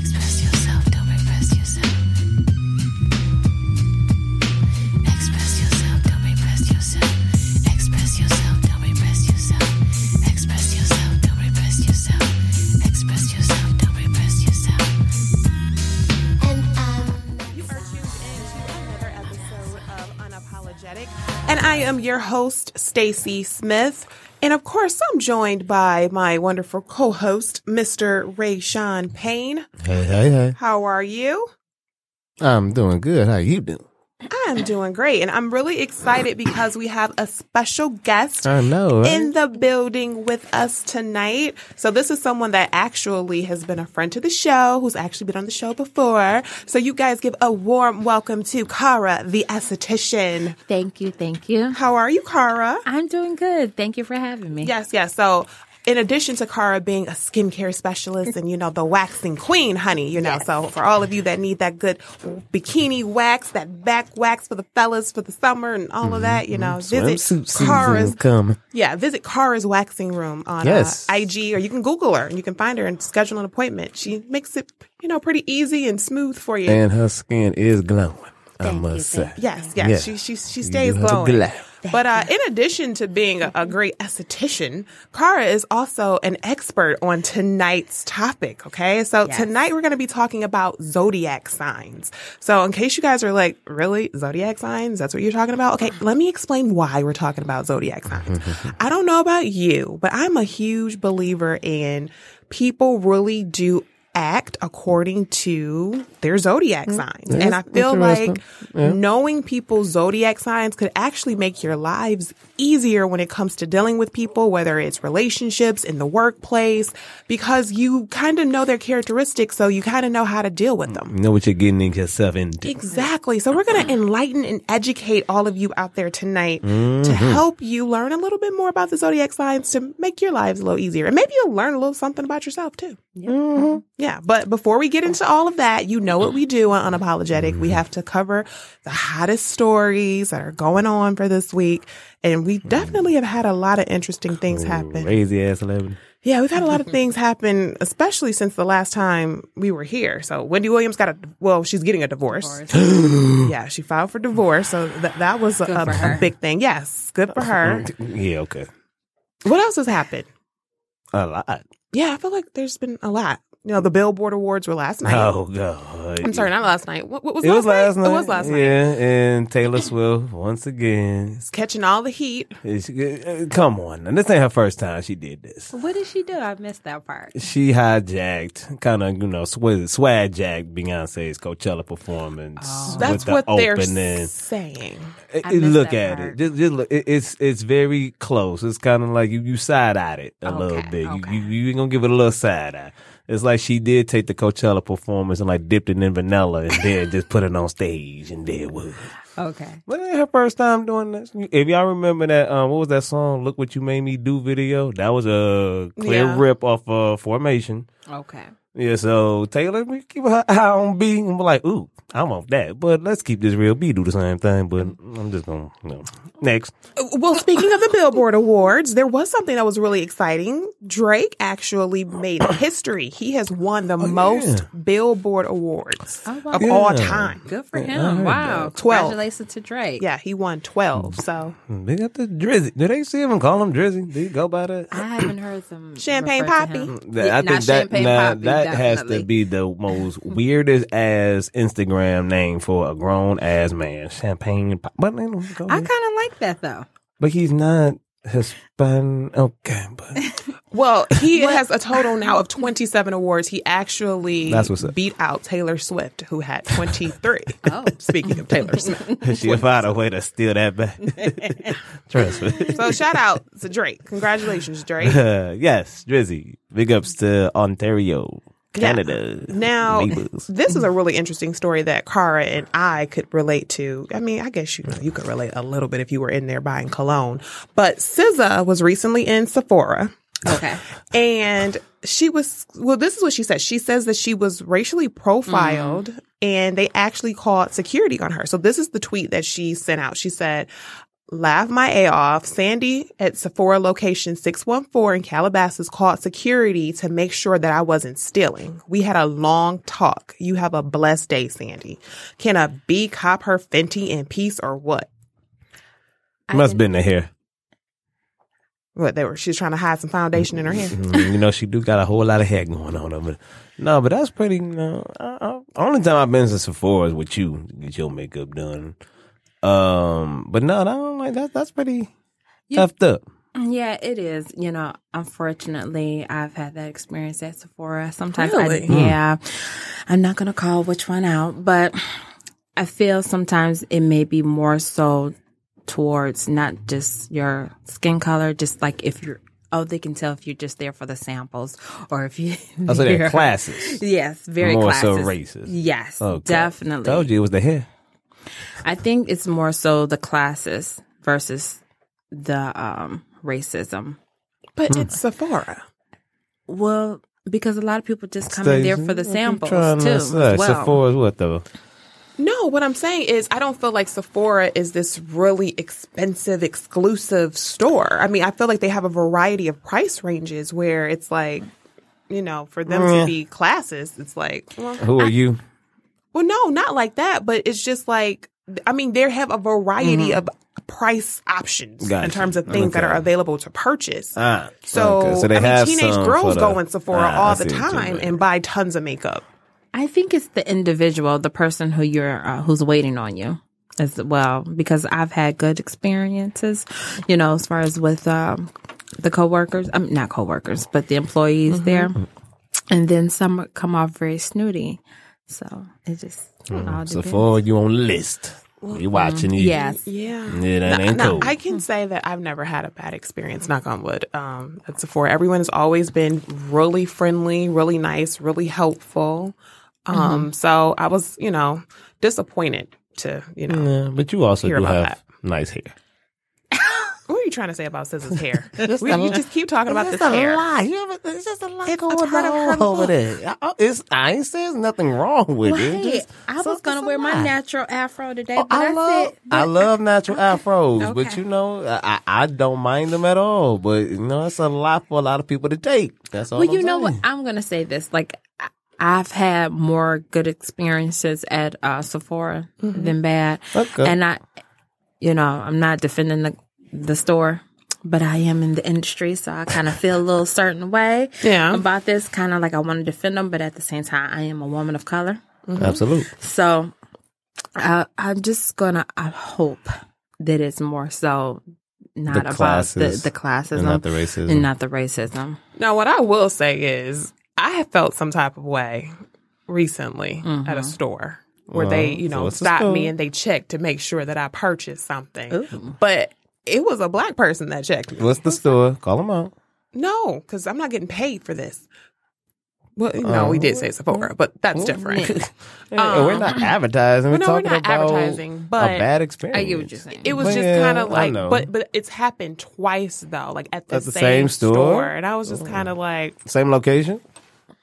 Express yourself, don't repress yourself. Express yourself, don't repress yourself. Express yourself, don't repress yourself. Express yourself, don't repress yourself. Express yourself, don't repress yourself. And I'm You are tuned into another episode of Unapologetic, and I am your host, Stacy Smith. And of course, I'm joined by my wonderful co-host, Mr. Ray Sean Payne. Hey, hey, hey. How are you? I'm doing good. How you doing? I'm doing great, and I'm really excited because we have a special guest I know. Right? in the building with us tonight. So this is someone that actually has been a friend to the show, who's actually been on the show before. So you guys give a warm welcome to Kara, the esthetician. Thank you, thank you. How are you, Kara? I'm doing good. Thank you for having me. Yes, yes. So in addition to Kara being a skincare specialist and, you know, the waxing queen, honey, you know, so for all of you that need that good bikini wax, that back wax for the fellas for the summer and all of that, you know, Mm-hmm, Swimsuit visit season Kara's coming. Yeah, visit Kara's waxing room on Yes. uh, IG, or you can Google her and you can find her and schedule an appointment. She makes it, you know, pretty easy and smooth for you. And her skin is glowing, I Thank must you, say. thank yes, yes, Yeah. she she she stays You have a glowing. glow. But uh, in addition to being a, a great esthetician, Kara is also an expert on tonight's topic. Okay, so Yes. tonight we're going to be talking about zodiac signs. So in case you guys are like, really zodiac signs? That's what you're talking about? Okay, let me explain why we're talking about zodiac signs. I don't know about you, but I'm a huge believer in people really do act according to their zodiac signs. and I feel like knowing people's zodiac signs could actually make your lives easier when it comes to dealing with people, whether it's relationships in the workplace, because you kind of know their characteristics, so you kind of know how to deal with them. You know what you're getting in yourself into. Exactly. So we're going to enlighten and educate all of you out there tonight to help you learn a little bit more about the zodiac signs to make your lives a little easier. And maybe you'll learn a little something about yourself too. Yeah. But before we get into all of that, you know what we do on Unapologetic. We have to cover the hottest stories that are going on for this week. And we definitely have had a lot of interesting things happen. Crazy ass celebrity. Yeah, we've had a lot Mm-hmm. of things happen, especially since the last time we were here. So Wendy Williams got a well, she's getting a divorce. yeah, she filed for divorce, so th- that was a, Good for a, her. a big thing. Yes, good for her. Mm, Yeah, okay. Mm-hmm. What else has happened? A lot. Yeah, I feel like there's been a lot. You know, the Billboard Awards were last night. Oh, God. I'm sorry, not last night. What, what was It last was last night? night. It was last night. Yeah, and Taylor Swift, once again. Catching all the heat. It's- uh, Come on. And this ain't her first time she did this. What did she do? I missed that part. she hijacked, kind of, you know, swag, swag jacked Beyonce's Coachella performance. That's with the what they're opening. saying. It- I it- missed look that at part. it. Just, just look. It, it's it's very close. It's kind of like you you side eyed it a little Okay, bit. okay. You, you you ain't gonna give it a little side eye. It's like she did take the Coachella performance and like dipped it in vanilla and then just put it on stage and there it was. Okay. But it ain't her first time doing this. If y'all remember that, um, what was that song? Look what you made me do video. That was a clear Yeah. rip off of Formation. Okay. Yeah, so Taylor, we keep her eye on B and we're like, ooh, I'm off that. But let's keep this real. B do the same thing, but Mm. I'm just gonna you know. Next. Well, speaking of the Billboard Awards, there was something that was really exciting. Drake actually made history. He has won Oh, the most Billboard Awards Oh, wow. of all Yeah. time. Good for him. Wow. 12. Congratulations to Drake. Yeah, he won 12. Mm. So, They got the Drizzy. Do they see him and call him Drizzy? Do you go by that? I haven't heard them. Champagne refer to Poppy. him. Mm, That- Yeah, I not think that Champagne nah, Poppy, that has to definitely. be the most weirdest ass Instagram name for a grown ass man. Champagne, pop- but they don't go I there. kind of like that though. but he's not Hispanic. Okay, but well, he has a total now of 27 awards. He actually That's what's up. beat out Taylor Swift, who had 23. Oh. Speaking of Taylor Swift. she'll find a way to steal that back. Trust me. So, shout out to Drake. Congratulations, Drake. Uh, yes, Drizzy. Big ups to Ontario, Canada. Now, neighbors. this is a really interesting story that Kara and I could relate to. I mean, I guess you know you could relate a little bit if you were in there buying cologne. But SZA was recently in Sephora. Okay. And she was, well, this is what she said. She says that she was racially profiled and they actually called security on her. So this is the tweet that she sent out. She said, Laugh my A off. Sandy at Sephora location 614 in Calabasas called security to make sure that I wasn't stealing. We had a long talk. You have a blessed day, Sandy. Can a B cop her Fenty in peace or what? I Must didn't- been the hair. What they were, she's trying to hide some foundation in her hair. Mm, you know, she do got a whole lot of hair going on over there. No, but that's pretty. No, I, I, only time I've been to Sephora is with you to get your makeup done. Um, but no, I don't like that. That's pretty You- tough up. Yeah, it is. You know, unfortunately, I've had that experience at Sephora. Sometimes, Really? I, Hmm. yeah, I'm not gonna call which one out, but I feel sometimes it may be more so towards not just your skin color, just like if you're. Oh, they can tell if you're just there for the samples, or if you. I said you're- Oh, they're classes. Yes, very More so classes. racist. Yes, Okay. definitely. Told you it was the hair. I think it's more so the classes versus the um racism. But it's Sephora. Well, because a lot of people just come in there for the What you samples too. trying to as say? well. Sephora's what though? No, what I'm saying is I don't feel like Sephora is this really expensive, exclusive store. I mean, I feel like they have a variety of price ranges where it's like, you know, for them to be classes, it's like, well, Who are you? well, no, not like that, but it's just like, I mean, they have a variety of price options in Mm-hmm. Gotcha. terms of things that Okay. are available to purchase. Ah, so, okay. I mean, have teenage some girls for the- go in Sephora Ah, I all see the what you time mean. and buy tons of makeup. I think it's the individual, the person who you're uh, who's waiting on you as well. Because I've had good experiences, you know, as far as with um, the coworkers. I'm mean, not coworkers, but the employees there, and then some come off very snooty. So it just Mm, all depends. Sephora, you on list? You watching you? um, Yes. Yeah. Yeah, that No, ain't no, cool. I can say that I've never had a bad experience, knock on wood, um, at Sephora. Everyone has always been really friendly, really nice, really helpful. Mm-hmm. Um, So I was, you know, disappointed to, you know, Yeah, but you also Hear do about have that. nice hair. what are you trying to say about Scissor's hair? we, you just keep talking about this hair. it's just a lot It's going a part of her on over look. there. I, it's, I ain't saying there's nothing wrong with it. Wait, Just- I was it's gonna a wear my lie. natural afro today, Oh, but I, I love said, I love natural afros, but Okay. you know I, I I don't mind them at all. But you know that's a lot for a lot of people to take. That's all. Well, I'm you know what? saying. I'm gonna say this. Like, I- I've had more good experiences at uh, Sephora Mm-hmm. than bad, Okay. and I, you know, I'm not defending the the store, but I am in the industry, so I kind of feel a little certain way Yeah. about this. Kind of like I want to defend them, but at the same time, I am a woman of color, Absolutely. so I, I'm just gonna. I hope that it's more so not about classes the the classism and not the racism. and not the racism. Now, what I will say is, I have felt some type of way recently at a store where they, Mm-hmm. Well, you so know, it's a stopped me store. and they checked to make sure that I purchased something. But it was a black person that checked me. What's the store? Call them out. No, because I'm not getting paid for this. Well, no, we oh, did say Sephora, but that's different. Um, Hey, we're not advertising. We're no, we're talking not about advertising, but a bad experience. I get what you're saying. It was just Well, kind I of like, know. but but it's happened twice though, like at the, At the same store? Oh. and I was just kind of like, Same location.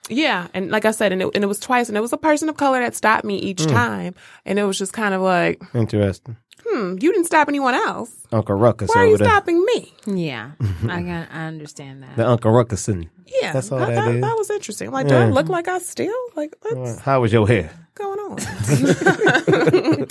yeah, and like I said, and it and it was twice, and it was a person of color that stopped me each Mm. time, and it was just kind of like, Interesting. hmm, you didn't stop anyone else. Uncle Ruckus Why are over you there. stopping me? Yeah, I can, I understand that. The Uncle Ruckusin. Yeah, That's all I that thought is. that was interesting. I'm like, do I look like I steal? Like, what's How was your hair? going on? it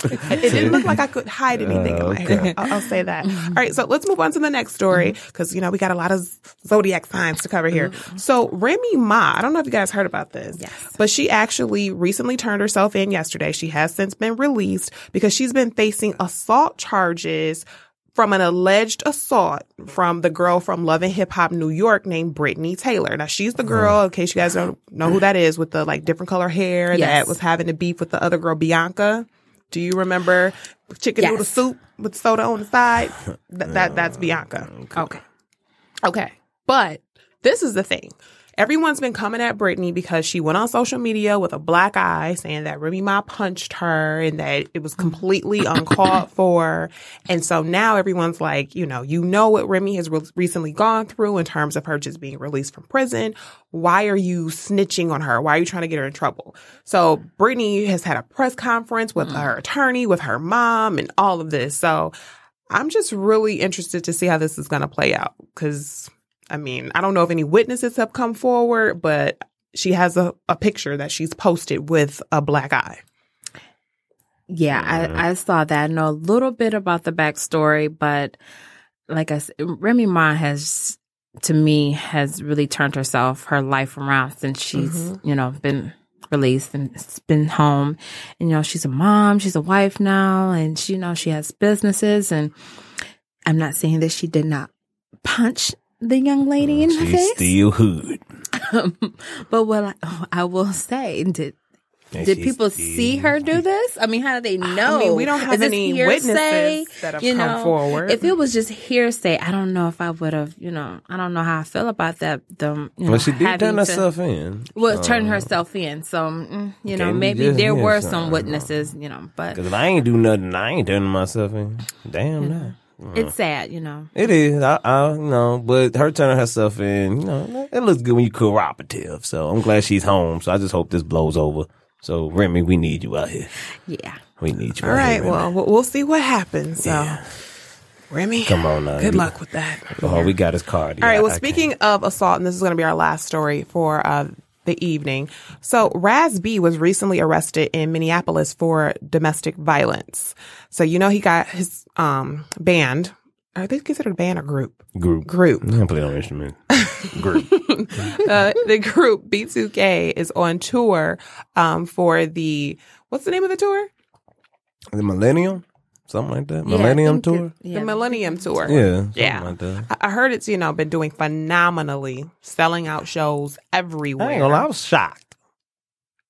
didn't look like I could hide anything in my hair. I'll, I'll say that. All right, so let's move on to the next story because you know we got a lot of zodiac signs to cover here. So Remy Ma, I don't know if you guys heard about this, Yes. but she actually recently turned herself in yesterday. She has since been released because she's been facing assault charges. From an alleged assault from the girl from Love and Hip Hop New York named Brittany Taylor. Now she's the girl, in case you guys don't know who that is, with the like different color hair Yes. that was having the beef with the other girl, Bianca. Do you remember chicken Yes. noodle soup with soda on the side? Th- that that's Bianca. Okay. Okay, but this is the thing. Everyone's been coming at Brittany because she went on social media with a black eye saying that Remy Ma punched her and that it was completely uncalled for. And so now everyone's like, you know, you know what Remy has re- recently gone through in terms of her just being released from prison. Why are you snitching on her? Why are you trying to get her in trouble? So Brittany has had a press conference with her attorney, with her mom, and all of this. So I'm just really interested to see how this is going to play out because I mean, I don't know if any witnesses have come forward, but she has a, a picture that she's posted with a black eye. Yeah, I, I saw that. I know a little bit about the backstory, but like I said, Remy Ma has, to me, has really turned herself, her life around since she's, you know, been released and s- been home. And, you know, she's a mom, she's a wife now, and she, you know, she has businesses. And I'm not saying that she did not punch the young lady in the She's face. still hood. but what I, I will say, did And did she's people still- see her do this? I mean, how do they know? I mean, we don't Is have this any hearsay? witnesses that have You come know, forward. If it was just hearsay, I don't know if I would have. You know, I don't know how I feel about that. Them, you know, Well, she did having turn to- herself Oh. in. Well, turn herself in. So mm, you know, Can we maybe just there hear were something? some witnesses. You know, but Because if I ain't do nothing, I ain't turning myself in. Damn, nah. it's sad. You know, It is, I, I you know, but her turning herself in, you know, it looks good when you cooperative. So I'm glad she's home. So I just hope this blows over. So Remy, we need you out here. yeah. We need you. All out here, right, Remy. well, we'll we'll see what happens. So, Remy, Come on now, Good you- luck with that. all we got is Cardi. All right. I- Well, I can't- speaking of assault, and this is going to be our last story for uh, the evening. So, Raz B was recently arrested in Minneapolis for domestic violence. So, you know, he got his um, band. Are they considered a band or group? group, Group. I don't play no instrument. group. uh, the group B2K is on tour um, for the what's the name of the tour? The Millennium, something like that. Yeah, I Millennium think tour. that- yeah. the Millennium Tour. yeah, something Yeah. Like that. I- I heard it's you know been doing phenomenally, selling out shows everywhere. I ain't gonna lie, I was shocked.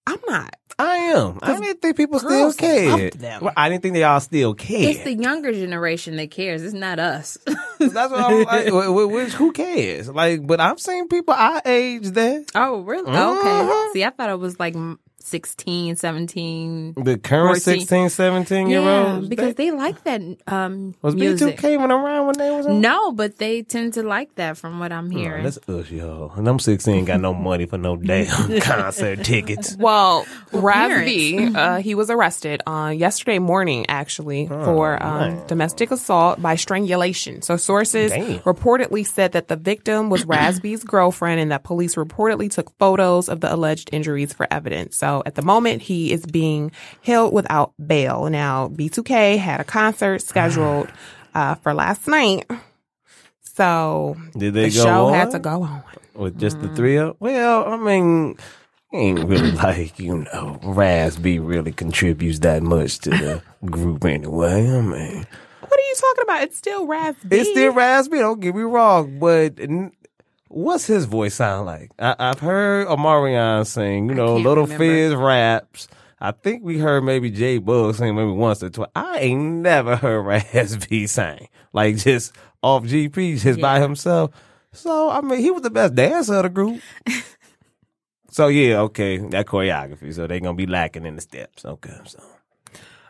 I'm not. I am. I didn't think people still girls love cared. them. Well, I didn't think they all still cared. It's the younger generation that cares. It's not us. That's what I'm like. wh- wh- Which, who cares? Like, but I've seen people our age there. oh, really? Mhm. Okay. See, I thought it was like 16, 17. The current Fourteen. 16, 17 year Yeah, olds. because they, like that um was music. B2K when around when they was around? No, but they tend to like that from what I'm hearing. That's us, y'all. And I'm 16, got no money for no damn concert tickets. Well, Raz parents. B, uh, he was arrested on yesterday morning, actually, Oh, for um, domestic assault by strangulation. So sources Damn. reportedly said that the victim was Raz B's girlfriend, and that police reportedly took photos of the alleged injuries for evidence. So at the moment, he is being held without bail. Now, B2K had a concert scheduled uh, for last night, so Did they the go show on? had to go on. With just the three of Well, I mean, ain't really like, you know, Raz B really contributes that much to the group anyway. I mean, What are you talking about? It's still Raz B. It's still raspy. Don't get me wrong, but n- what's his voice sound like? I, I've heard Omarion sing. You know, can't Little remember. Fizz raps. I think we heard maybe Jay Bug sing maybe once or twice. I ain't never heard Raspy sing like just off GP just by himself. So I mean, he was the best dancer of the group. so yeah, okay, that choreography. So they gonna be lacking in the steps. Okay, so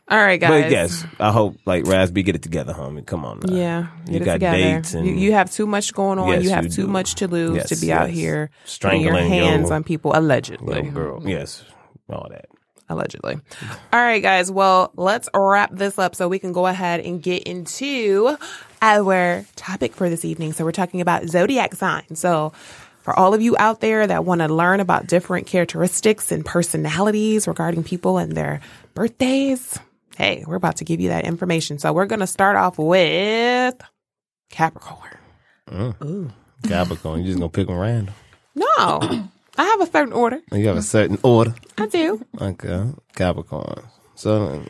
All right, guys. but yes, I hope like Raspy get it together, homie. Come on, now. Yeah, You get it got together. dates and- you, you have too much going on. Yes, you have you too do. much to lose Yes, to be out yes. here putting your Strangling hands your- on people allegedly. Little girl. Yes. All that. Allegedly. All right, guys. Well, let's wrap this up so we can go ahead and get into our topic for this evening. So we're talking about zodiac signs. So. For all of you out there that want to learn about different characteristics and personalities regarding people and their birthdays, hey, we're about to give you that information. So we're going to start off with Capricorn. Capricorn, you just gonna pick them random. No, I have a certain order. You have a certain order. I do. Okay. Capricorn. So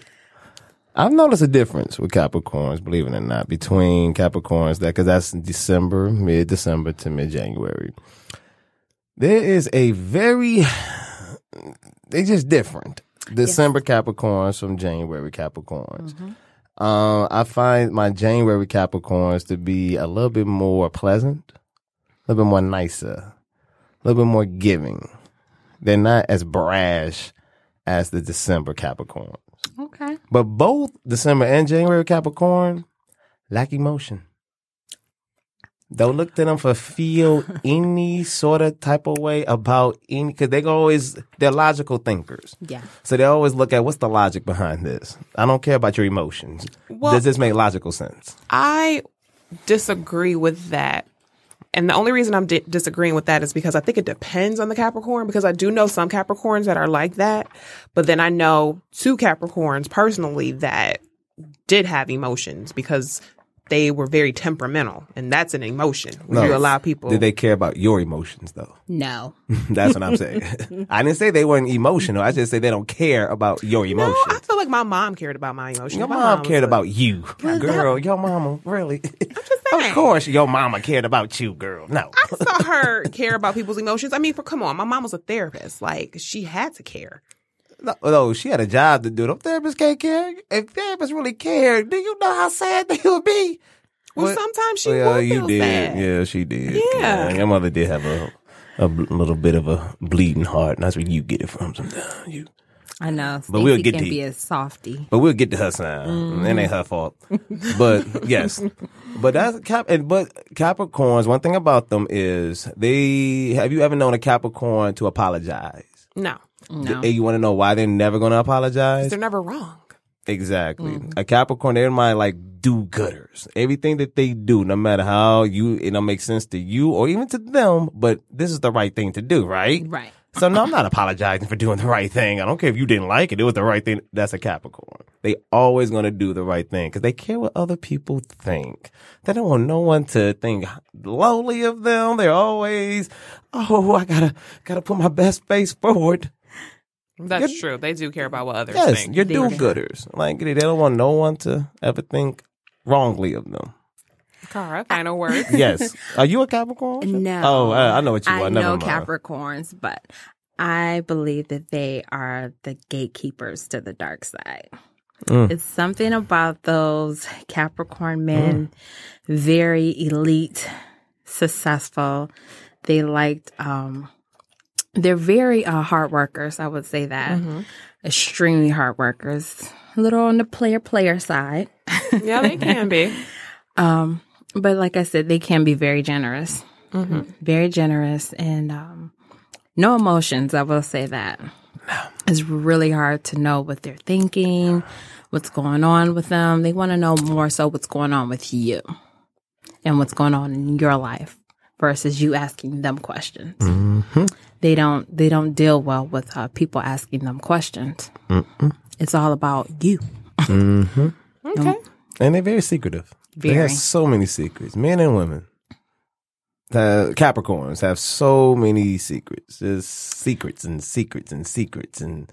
I've noticed a difference with Capricorns, believe it or not, between Capricorns that because that's December, mid December to mid January. There is a very they just different. December Capricorns from January Capricorns. Mm-hmm. Um, I find my January Capricorns to be a little bit more pleasant, a little bit more nicer. a little bit more giving. They're not as brash as the December Capricorn. Okay. But both December and January Capricorn lack emotion. Don't look to them for feel any sort of type of way about any because they go always they're logical thinkers. Yeah. So they always look at what's the logic behind this. I don't care about your emotions. Well- Does this make logical sense? I disagree with that. And the only reason I'm di- disagreeing with that is because I think it depends on the Capricorn, because I do know some Capricorns that are like that. But then I know two Capricorns personally that did have emotions because they were very temperamental. And that's an emotion. When you allow people. Did they care about your emotions though? No. That's what I'm saying. I didn't say they weren't emotional. I just said they don't care about your no, I emotions. feel like my mom cared about my emotions. your My mom was cared like- about you, girl. Your mama really. saying. Of course, your mama cared about you, girl. No, I saw her care about people's emotions. I mean, for, come on, my mom was a therapist. Like, she had to care. no, no, she had a job to do. Them therapists can't care. If therapists really cared, do you know how sad they would be? Well, What? sometimes she Well, would you feel did. sad. Yeah, she did. Yeah. your mother did have a a bl- little bit of a bleeding heart, and that's where you get it from. Sometimes you. I know. But we'll Stacey get can to be you. a softy. But we'll get to her sign. It ain't her fault. But yes. But that's Cap and but Capricorns, one thing about them is they have you ever known a Capricorn to apologize? No, No. And you want to know why they're never going to apologize? they're never wrong. Exactly. A Capricorn, they're my like do gooders. Everything that they do, no matter how you it don't make sense to you or even to them, but this is the right thing to do, right? Right. So no, I'm not apologizing for doing the right thing. I don't care if you didn't like it; it was the right thing. That's a Capricorn. They always going to do the right thing because they care what other people think. They don't want no one to think lowly of them. They're always, oh, I gotta gotta put my best face forward. That's true. They do care about what others Yes, think. you're do-gooders. Like they don't want no one to ever think wrongly of them. Cara, final word. Yes, are you a Capricorn? No. Oh, I, I know what you I are. Never know mind. Capricorns, but I believe that they are the gatekeepers to the dark side. Mm. It's something about those Capricorn men, very elite, successful. They liked, um, they're very uh, hard workers, I would say that. Extremely hard workers. A little on the player player side. yeah, they can be. Um, but like I said, they can be very generous, very generous, and um, no emotions. I will say that it's really hard to know what they're thinking, what's going on with them. They want to know more so what's going on with you and what's going on in your life versus you asking them questions. They don't they don't deal well with uh, people asking them questions. It's all about you. Okay. and they're very secretive. They Very. have so many secrets, men and women. The Capricorns have so many secrets, just secrets and secrets and secrets and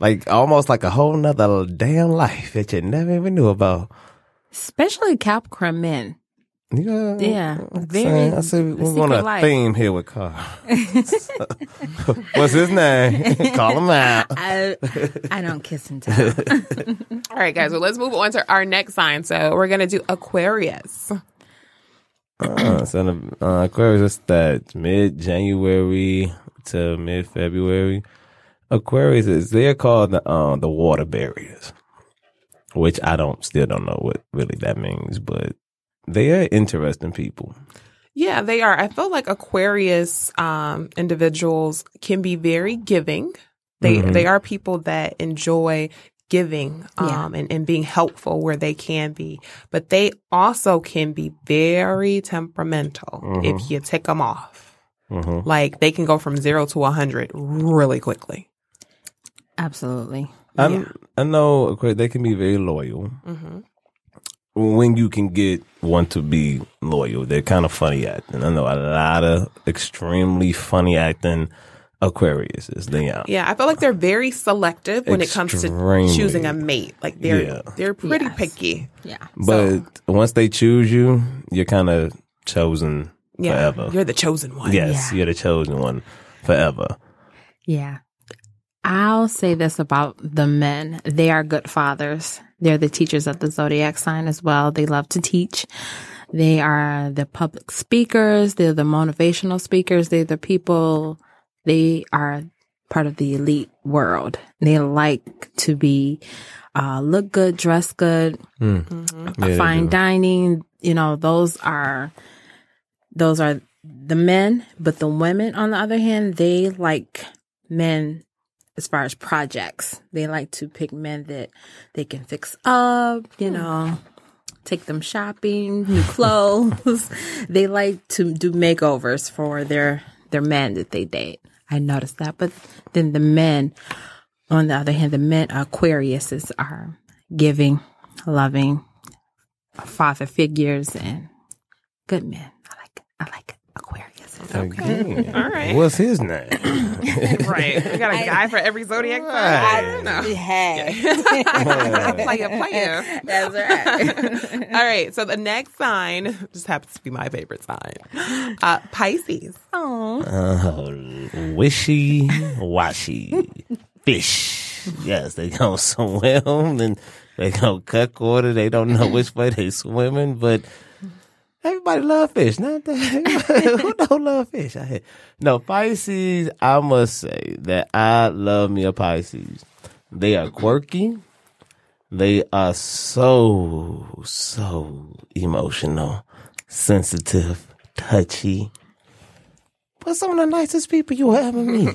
like almost like a whole nother damn life that you never even knew about. Especially Capricorn men. Yeah, Yeah, I'm very saying- I said we're on secret a life. theme here with Carl. What's his name? Call him out. I, I don't kiss and tell. All right, guys. Well, let's move on to our next sign. So we're gonna do Aquarius. Uh, so the uh, Aquarius is that mid January to mid February. Aquarius is they're called the uh, the water barriers, which I don't still don't know what really that means, but they are interesting people. Yeah, they are. I feel like Aquarius um, individuals can be very giving. They Mm-hmm. they are people that enjoy giving um, and, and being helpful where they can be, but they also can be very temperamental Mm-hmm. if you take them off. Mhm. Like they can go from zero to a hundred really quickly. Absolutely. I Yeah. I know Aquarius they can be very loyal. Mm-hmm. when you can get one to be loyal, they're kind of funny acting. I know a lot of extremely funny acting Aquarius is they are. Yeah, I feel like they're very selective when it comes to Extremely. choosing a mate. Like they're Yeah. they're pretty Yes. picky. Yeah. But once they choose you, you're kind of chosen Yeah, forever. you're the chosen one. yes, Yeah. you're the chosen one forever. Yeah. I'll say this about the men. They are good fathers. They're the teachers of the zodiac sign as well. They love to teach. They are the public speakers. They're the motivational speakers. They're the people. They are part of the elite world. They like to be, uh, look good, dress good, they fine do. dining. You know, those are, those are the men, but the women, on the other hand, they like men as far as projects. They like to pick men that they can fix up, Hmm. you know, take them shopping, new clothes. they like to do makeovers for their their men that they date. I noticed that, but then the men, on the other hand, the men Aquariuses are giving, loving, father figures and good men. I like I like Aquariuses. Again. All right. What's his name? Right. We got a guy for every zodiac sign. No. Player, player. That's right. All right. So the next sign just happens to be my favorite sign uh, Pisces. Uh, wishy washy fish. Yes, they gonna swim and they gonna cut quarter. They don't know which way they swimming, but everybody love fish. Not that who don't love fish. I hear. no Pisces. I must say that I love me a Pisces. They are quirky. They are so so emotional, sensitive, touchy but some of the nicest people you will ever meet.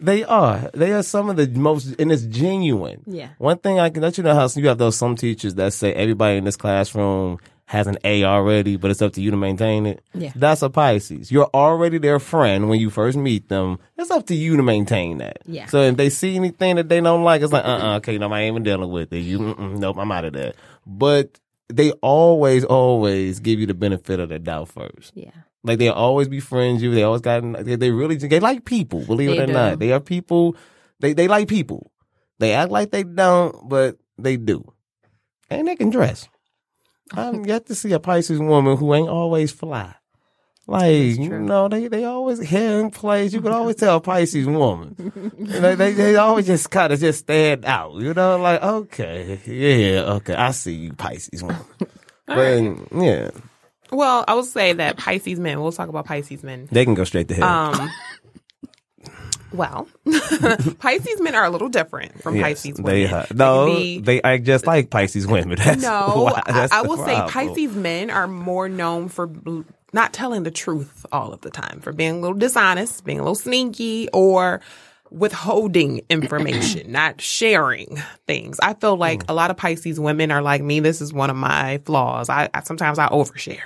they are. They are some of the most, and it's genuine. Yeah. One thing I can let you know how you have those some teachers that say everybody in this classroom has an A already, but it's up to you to maintain it. Yeah. That's a Pisces. You're already their friend when you first meet them. It's up to you to maintain that. Yeah. So if they see anything that they don't like, it's like, uh uh okay, no, I ain't even dealing with it. You, mm-mm, nope, I'm out of there. But they always, always give you the benefit of the doubt first. Yeah. Like they always befriend you. They always got. They, they really. They like people. Believe They it or do. not, they are people. They they like people. They act like they don't, but they do, and they can dress. I've yet to see a Pisces woman who ain't always fly. Like you know, they they always hair in place. You could always tell a Pisces woman. they, they they always just kind of just stand out. You know, like okay, yeah, okay, I see you, Pisces woman. but yeah, Well, I will say that Pisces men, we'll talk about Pisces men they can go straight to hell. Um, well, Pisces men are a little different from Yes, Pisces women. They, They ha- no, can be- they act just like Pisces women. That's no, why- I, that's I the will say problem. Pisces men are more known for bl- not telling the truth all of the time, for being a little dishonest, being a little sneaky, or withholding information, not sharing things. I feel like Hmm. a lot of Pisces women are like me. This is one of my flaws. I, I sometimes I overshare.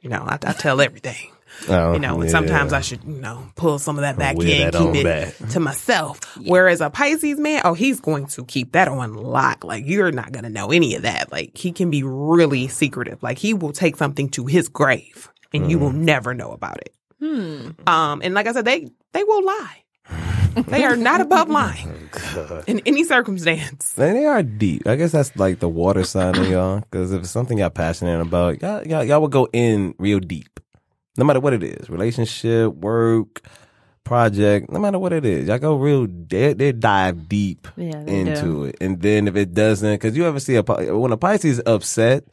You know, I, I tell everything. Oh, you know, and yeah. sometimes I should, you know, pull some of that back Wear in, that on keep it back. to myself. Whereas a Pisces man, oh, he's going to keep that on lock. Like you're not gonna know any of that. Like he can be really secretive. Like he will take something to his grave, and you will Mm. never know about it. Hmm. Um, and like I said, they they will lie. they are not above lying in any circumstance. And they are deep. I guess that's like the water sign of y'all. Because if it's something y'all passionate about, y'all, y'all, y'all will go in real deep. No matter what it is relationship, work, project, no matter what it is, y'all go real, they, they dive deep Yeah, they into it. And then if it doesn't, because you ever see a, Pi- when a Pisces is upset,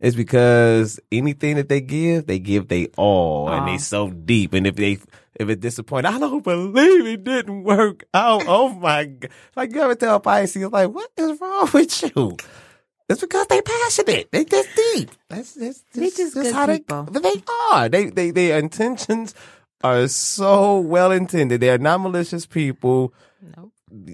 it's because anything that they give, they give they all, and they so deep. And if they if it disappoint, I don't believe it didn't work out. Oh my god! Like you ever tell Pisces, like what is wrong with you? It's because they passionate. They just deep. That's that's, They that's- just that's good how people. They, they are. They they their intentions are so well intended. They are not malicious people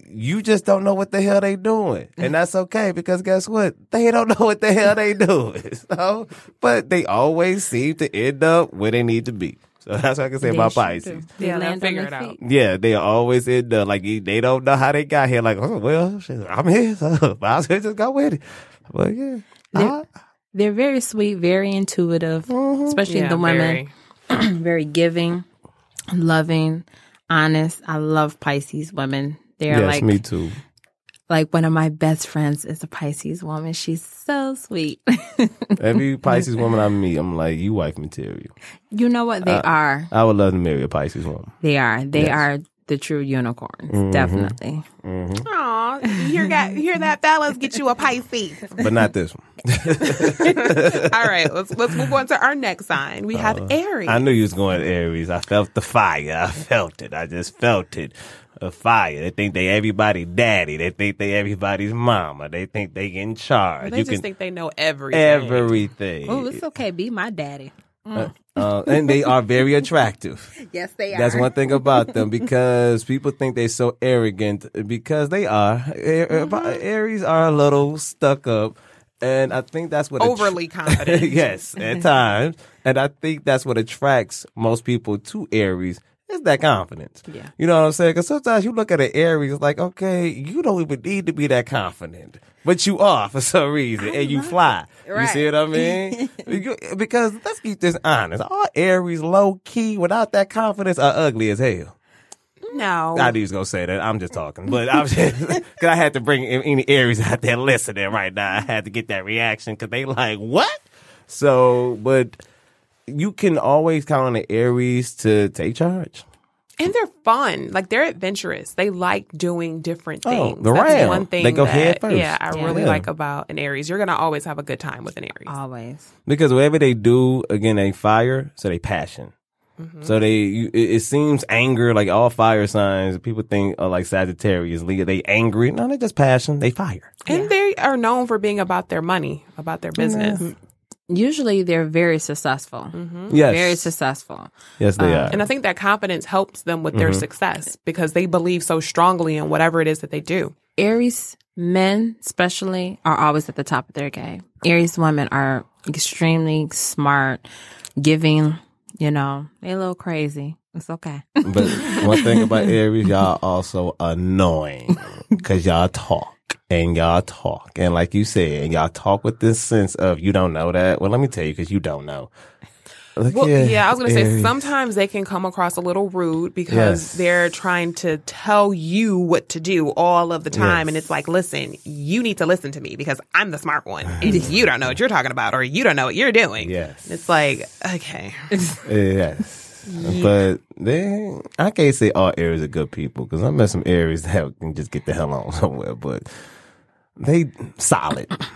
you just don't know what the hell they doing. And that's okay because guess what? They don't know what the hell they doing. So, but they always seem to end up where they need to be. So that's what I can say about Pisces. They Yeah, they'll land on figure their it out. feet. Yeah, they always end up like you- they don't know how they got here. Like, oh well, shit, I'm here, so I should just go with it. But yeah, Ah. I- They're very sweet, very intuitive, especially the women. Very. giving, loving, honest. I love Pisces women. They're like too. like one of my best friends is a Pisces woman. She's so sweet. Every Pisces woman I meet, I'm like, you wife material. you know what they are? I would love to marry a Pisces woman. They are. They Yes. are the true unicorns. Definitely. Aw, here got here that fellas get you a Pisces. but not this one. All right, let's let's move on to our next sign. We have Aries. Uh, I knew you was going Aries. I felt the fire. I felt it. I just felt it. A fire. They think they everybody daddy. They think they everybody's mama. They think they in charge. they you just can think they know everything. everything. Oh, it's okay. Be my daddy. Uh, and they are very attractive. Yes, they That's one thing about them because people think they're so arrogant because they are. A- a- Aries are a little stuck up, and I think that's what attr- Overly confident. yes, at times, and I think that's what attracts most people to Aries. Is that confidence? Yeah. you know what I'm saying. Because sometimes you look at an Aries it's like, okay, you don't even need to be that confident, but you are for some reason, and you fly. You see Right. what I mean? You- because let's keep this honest. All Aries low key without that confidence are ugly as hell. No, I knew you was gonna say that. I'm just talking, but I'm just because I had to bring in- any Aries out there listening right now. I had to get that reaction because they like what? So, but you can always count on the Aries to take charge. and they're fun. Like they're adventurous. They like doing different Oh, things. the That's round. one thing They go that, head first. Yeah, I Yeah. really Yeah. like about an Aries. You're gonna always have a good time with an Aries. Always. because whatever they do again they fire so they passion so they you, it, it seems anger like all fire signs people think oh, like sagittarius Leo, they angry no they just passion they fire and they are known for being about their money, about their Mm-hmm. business. Usually they're very successful. yes Very successful. yes they are And I think that confidence helps them with Mm-hmm. their success because they believe so strongly in whatever it is that they do. Aries men, especially, are always at the top of their game. Aries women are extremely smart, giving, you know, they a little crazy. It's okay. but one thing about aries y'all also annoying because y'all talk and y'all talk and like you said and y'all talk with this sense of you don't know that well let me tell you because you don't know Look Well, yeah, here, I was going to say Aries. sometimes they can come across a little rude because Yes. they're trying to tell you what to do all of the time. And it's like, listen, you need to listen to me because I'm the smart one and you don't know what you're talking about or you don't know what you're doing. Yes. It's like, okay. Yes. But they, I can't say all Aries are good people because I met some Aries that can just get the hell on somewhere, but they solid.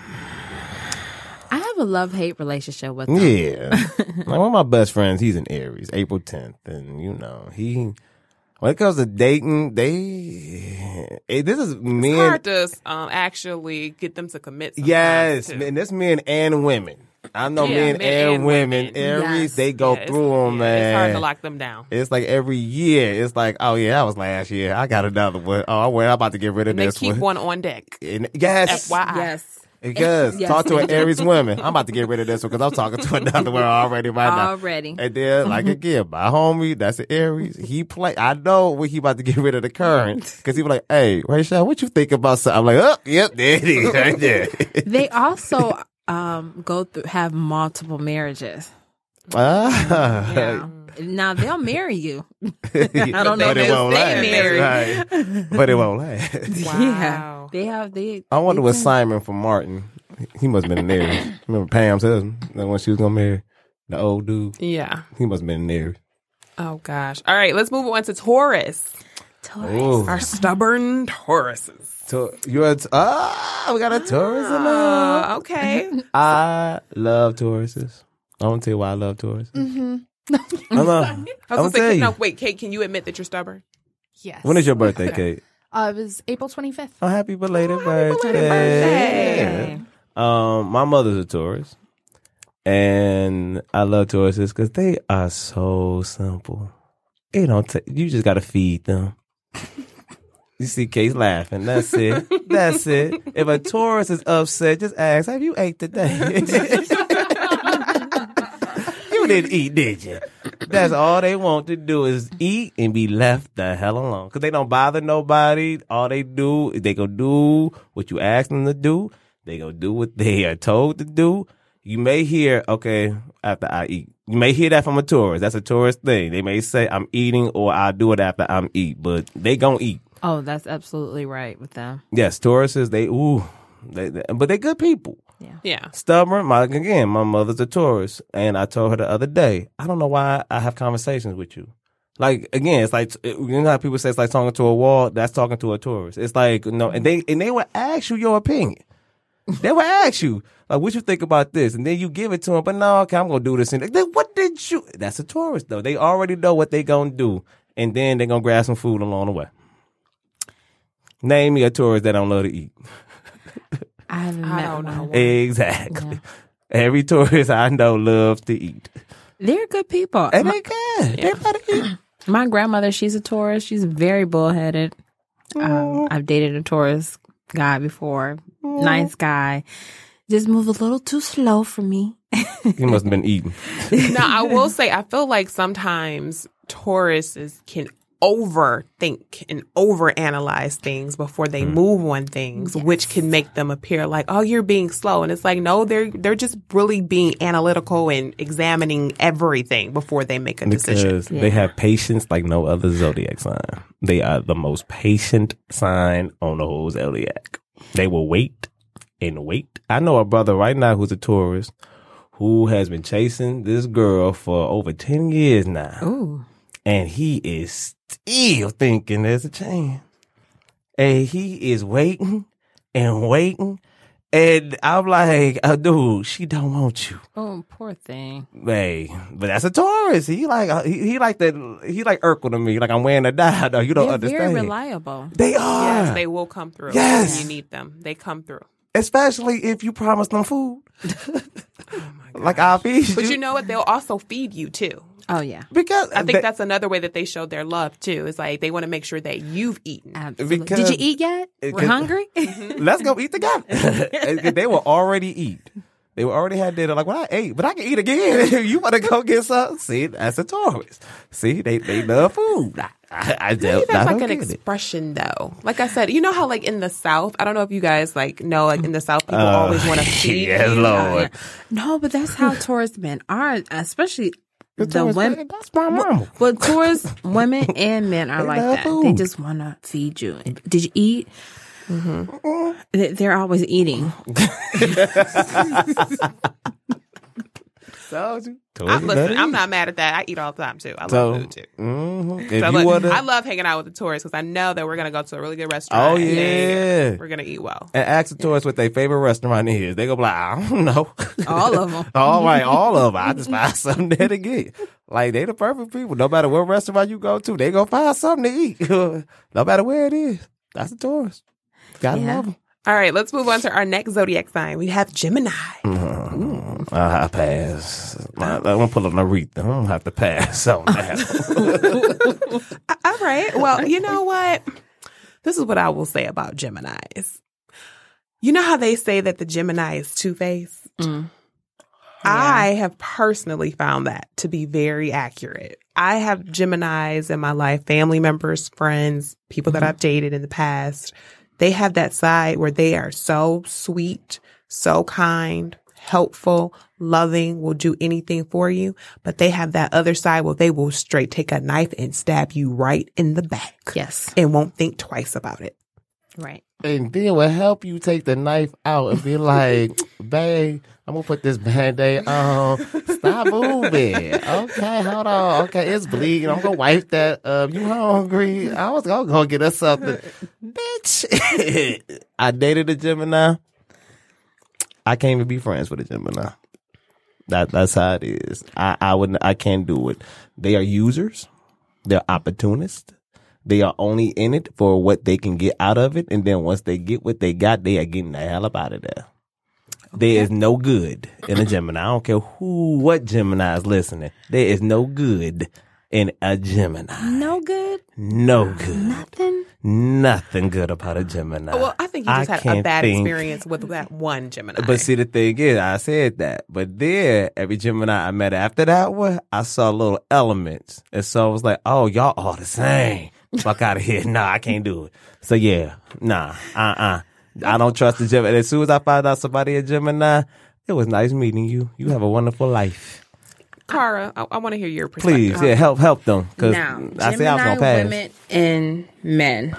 I have a love hate relationship with them. Yeah. like one of my best friends, he's an Aries, April 10th. And you know, he, when it comes to dating, they, eh, this is It's men. hard to um, actually get them to commit. sometimes, Yes. too. And that's men and women. I know Yeah, men, and, women. Aries, Yes. they go Yeah, it's- through them, yeah, man. It's hard to lock them down. It's like every year, it's like, oh yeah, that was last year. I got another one. Oh, well, I'm about to get rid of And they this keep one one. on deck. And- yes, FYI. Yes. because Yes. talk to an Aries woman. I'm about to get rid of this one because I'm talking to another one already right now. Already. And then, like again, my homie, that's an Aries. He play. I know when he about to get rid of the current because he be like, "Hey, Rachel, what you think about something?" I'm like, "Oh, yep, there it is, right there." They also um go through have multiple marriages. ah, Yeah. Now they'll marry you. I don't know but if it they'll won't stay last. Right. But it won't last. Yeah. They have they I wonder what Simon from Martin. He must have been an Aries. Remember Pam's husband the one she was gonna marry? The old dude. Yeah. He must have been an Aries. Oh gosh. All right, let's move on to Taurus. Taurus. Our stubborn Tauruses. So you're a t- ah, we got a Taurus in there. Uh, okay. I love Tauruses. I want to tell you why I love Tauruses. I'm, uh, I'm Mm-hmm. I was gonna gonna say, no, tell you. wait, Kate, can you admit that you're stubborn? Yes. When is your birthday, Kate? Uh, it was April 25th. Oh, happy belated birthday. birthday. Yeah. Um, my mother's a Taurus. And I love Tauruses because they are so simple. It don't ta- you just gotta feed them. you see Kate's laughing. That's it. That's it. If a Taurus is upset, just ask, have you ate today? you didn't eat, did you? That's all they want to do is eat and be left the hell alone. Cause they don't bother nobody. All they do is they go do what you ask them to do. They go do what they are told to do. You may hear, okay, after I eat. You may hear that from a tourist. That's a tourist thing. They may say I'm eating or I'll do it after I'm eat, but they gonna eat. Oh, that's absolutely right with them. Yes, Tauruses, they ooh. They, they- but they good people Yeah. stubborn. My again, my mother's a Taurus, and I told her the other day, I don't know why I have conversations with you. Like again, it's like you know how people say it's like talking to a wall. That's talking to a tourist. It's like you know, and they and they will ask you your opinion. They will ask you like, "What you think about this?" And then you give it to them. But no, okay, I'm gonna do this. And then what did you? That's a tourist though. They already know what they gonna do, and then they gonna grab some food along the way. Name me a tourist that don't love to eat. I haven't I met don't one. know. what- Exactly. Every tourist I know loves to eat. They're good people. And My, they can. They love to eat. my grandmother, she's a tourist. She's very bullheaded. Um, I've dated a tourist guy before. Nice guy. Just move a little too slow for me. He must have been eating. now I will say I feel like sometimes Tauruses can overthink and overanalyze things before they Mm. move on things, which can make them appear like, oh, you're being slow. And it's like, no, they're they're just really being analytical and examining everything before they make a decision. Because they have patience like no other zodiac sign. They are the most patient sign on the whole zodiac. They will wait and wait. I know a brother right now who's a tourist who has been chasing this girl for over 10 years now. Ooh. and he is still thinking there's a chance. And he is waiting and waiting. And I'm like, oh, dude, she don't want you. Oh, poor thing. Hey, but that's a Taurus. He like uh, he, he like that he like Urkel to me. Like I'm wearing a die. No, you don't They're understand. very reliable. they are. Yes, they will come through. Yes. When you need them. They come through. Especially if you promise them food. like I'll feed Oh you. But you know what? They'll also feed you too. Oh, yeah. because I think that- that's another way that they showed their love too. Is like they want to make sure that you've eaten. Absolutely. Did Because- you eat yet? We're could- Mm-hmm. hungry? Let's go eat together. And they will already eat. They were already had dinner. Like, well, I ate, but I can eat again. you want to go get some? See, that's a Taurus. See, they they love food. I, I, I don't, I that's don't like an get it. expression though. Like I said, you know how like in the South, I don't know if you guys like know, like in the South people always want to feed. Uh, Yes, you. Lord. no, but that's how Taurus men are, especially the, Taurus women. man, that's my mama. Well, Taurus women and men are like love that. They food. just want to feed you. Did you eat? Mm-hmm. They- They're always eating. I'm, listen, I'm not mad at that. I eat all the time too. I love So, food too. Mhm. If So you look, wanna- I love hanging out with the tourists because I know that we're gonna go to a really good restaurant. oh and yeah, we're gonna eat well. and ask the tourists what their favorite restaurant is. They go be like, I don't know. All of them. all right, all of them. I just find something there to get. Like they the perfect people. No matter what restaurant you go to, they gonna find something to eat. no matter where it is. That's a tourist. Gotta Yeah. love 'em. All right, let's move on to our next zodiac sign. We have Gemini. Mm. Uh, I pass. I, I'm gonna pull up my wreath. I'm gonna have to pass on that. All right. Well, you know what? This is what I will say about Geminis. You know how they say that the Gemini is two faced? I have personally found that to be very accurate. I have Geminis in my life, family members, friends, people that I've dated in the past. They have that side where they are so sweet, so kind, helpful, loving, will do anything for you. But they have that other side where they will straight take a knife and stab you right in the back Yes. and won't think twice about it. Right. and then will help you take the knife out and be like, babe, I'm gonna put this band-aid on. Stop moving. Okay, hold on. Okay, it's bleeding. I'm gonna wipe that up. You hungry? I was gonna go get us something. Bitch. I dated a Gemini. I can't even be friends with a Gemini. That that's how it is. I, I would I can't do it. They are users, they're opportunists. They are only in it for what they can get out of it, and then once they get what they got, they are getting the hell up out of there. There is no good in a Gemini. I don't care who, what Gemini is listening. There is no good in a Gemini. No good. No good. Nothing. Nothing good about a Gemini. Oh, Well, I think you just had a can't bad think- experience with that one Gemini. But see, the thing is, I said that, but then every Gemini I met after that one, I saw little elements, and so I was like, "Oh, y'all all the same. Fuck out of here. Nah, I can't do it." So yeah, nah, uh, uh I don't trust the Gemini. As soon as I found out somebody a Gemini, it was nice meeting you. You have a wonderful life. Cara, I, I want to hear your perspective. Uh-huh. Please, yeah, help help them because Now, I say I was Gemini gonna pass. women and men.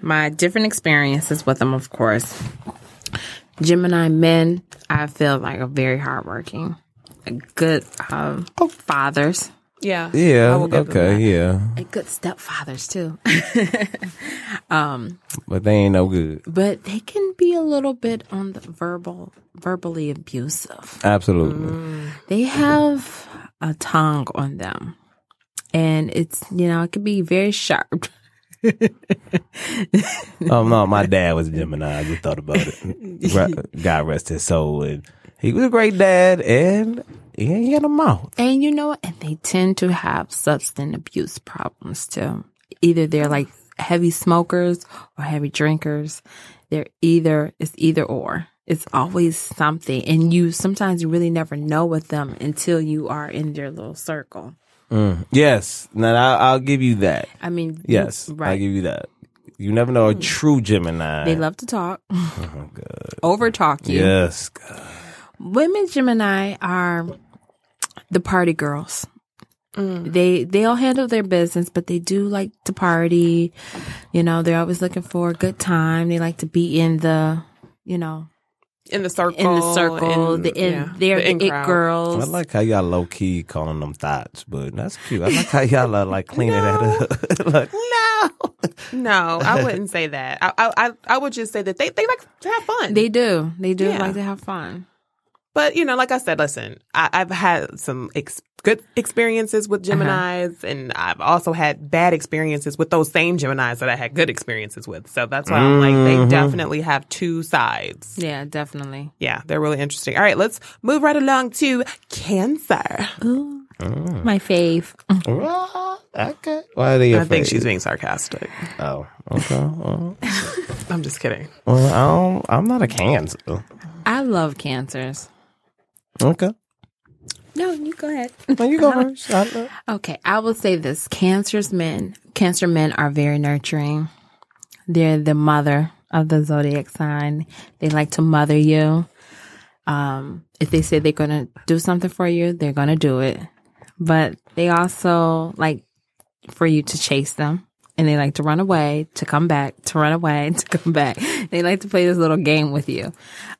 My different experiences with them, of course. Gemini men, I feel like are very hardworking, good um, fathers. Yeah. Yeah. I will give them Okay. Yeah. And good stepfathers too. But they ain't no good. but they can be a little bit on the verbal verbally abusive. Mm-hmm. Absolutely. They have a tongue on them. And it's you know, it can be very sharp. Oh no, my dad was a Gemini. I just thought about it. Re- God rest his soul. And he was a great dad, and he ain't had a mouth. And you know what? And they tend to have substance abuse problems too. Either they're like heavy smokers or heavy drinkers. They're either, it's either or. It's always something. And you sometimes you really never know with them until you are in their little circle. Yes, now I, I'll give you that. I mean, Yes, I'll right. Hmm. give you that. You never know a true Gemini. They love to talk, Oh, over talk you. yes, God. women Gemini are the party girls. They they'll handle their business, but they do like to party. You know, they're always looking for a good time. They like to be in the, you know, in the circle, in the circle, the in yeah, they're the the, in it crowd. I girls. like how y'all low key calling them thoughts, but that's cute. I like how y'all are like cleaning that up. like, no, No, I wouldn't say that. I, I I- I would just say that they, they like to have fun. they do. They do Yeah. like to have fun. but you know, like I said, listen, I, I've had some ex- good experiences with Uh-huh. Gemini's, and I've also had bad experiences with those same Gemini's that I had good experiences with. So that's why I'm Mm-hmm. like, they definitely have two sides. Yeah, definitely. Yeah, they're really interesting. All right, let's move right along to Cancer. Hmm. My fave. Well, okay. Why are they? I think afraid? she's being sarcastic. Oh, okay. Well, I'm just kidding. well, I don't, I'm not a cancer. I love cancers. Okay. No, you go ahead. Well, you go first. I know. Okay, I will say this: Cancer's men, Cancer men are very nurturing. They're the mother of the zodiac sign. They like to mother you. Um, if they say they're gonna do something for you, they're gonna do it. But they also like for you to chase them, and they like to run away, to come back, to run away, to come back. They like to play this little game with you.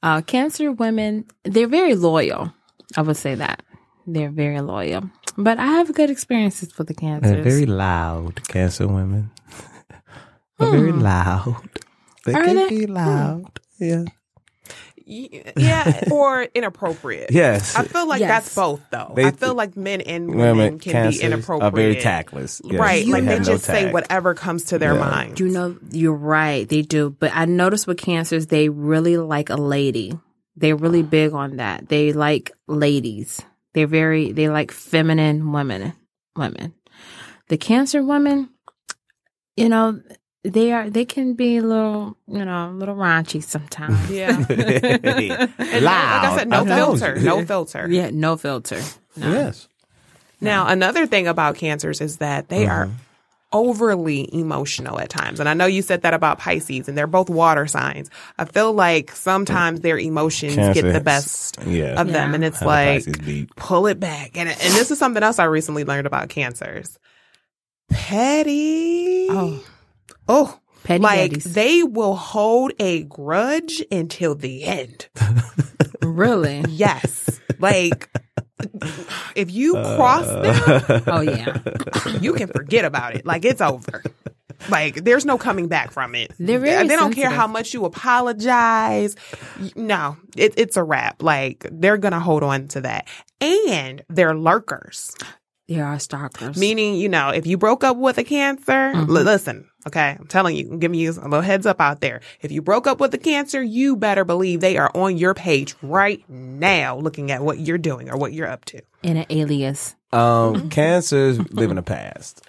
Uh, cancer women, they're very loyal. I would say that they're very loyal. But I have good experiences with the They're cancers. very loud, cancer women. They're very Hmm. loud. They Are can they? be loud. Yeah. Y- Yeah, or inappropriate. Yes. I feel like Yes. that's both, though. They- I feel like men and women, can be cancers inappropriate. Are very tactless. Yes, Right, like they have no just say tact. whatever comes to their mind. You know, you're right. They do. But I noticed with cancers, they really like a lady. They're really big on that. They like ladies. They're very, they like feminine women. Women. The cancer women, you know, they are, they can be a little, you know, a little raunchy sometimes. Yeah. loud. Like I said, no I told filter, you. no filter. yeah, no filter. Yes. Now, another thing about cancers is that they are Mm-hmm. overly emotional at times. And I know you said that about Pisces, and they're both water signs. I feel like sometimes their emotions get Cancer. the best Yeah. of them, and it's Have the like, Pisces beat. pull it back. And, and this is something else I recently learned about cancers petty. Oh. Oh, Petty like daddies. they will hold a grudge until the end. Really? Yes. like if you cross Uh. them, Oh, yeah. you can forget about it. Like it's over. Like there's no coming back from it. They're very they don't care sensitive. how much you apologize. Y- No, it, it's a wrap. Like they're gonna hold on to that. And they're lurkers. They are stalkers. Meaning, you know, if you broke up with a cancer, li- listen, okay, I'm telling you, I'm giving you a little heads up out there. If you broke up with a cancer, you better believe they are on your page right now looking at what you're doing or what you're up to. in an alias. Um, cancers live in the past.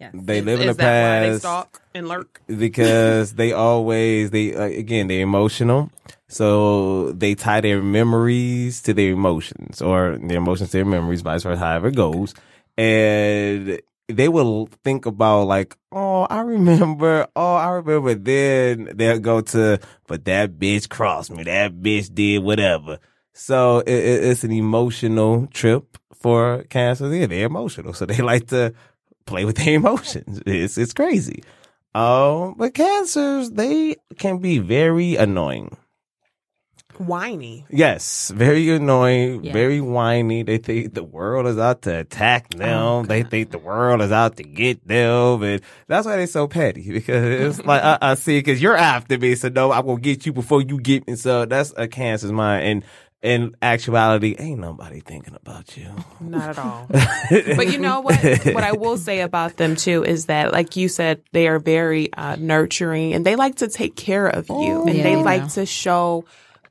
Yes. They live in the Is that why they past. stalk and lurk? because they always they uh, again they're emotional so they tie their memories to their emotions or their emotions to their memories vice versa however it goes and they will think about like oh i remember oh i remember then they'll go to but that bitch crossed me that bitch did whatever so it, it, it's an emotional trip for cancer yeah they're emotional so they like to play with their emotions it's it's crazy Oh, um, but cancers, they can be very annoying. Whiny. Yes, very annoying, Yeah. very whiny. They think the world is out to attack Oh, them. they think the world is out to get them, and that's why they're so petty. Because it's like I, I see, because you're after me, so no, I'm gonna get you before you get me. So that's a cancer's mind, and in actuality, ain't nobody thinking about you. Not at all. but you know what? What I will say about them too is that, like you said, they are very uh, nurturing and they like to take care of you and Yeah, they they like do. to show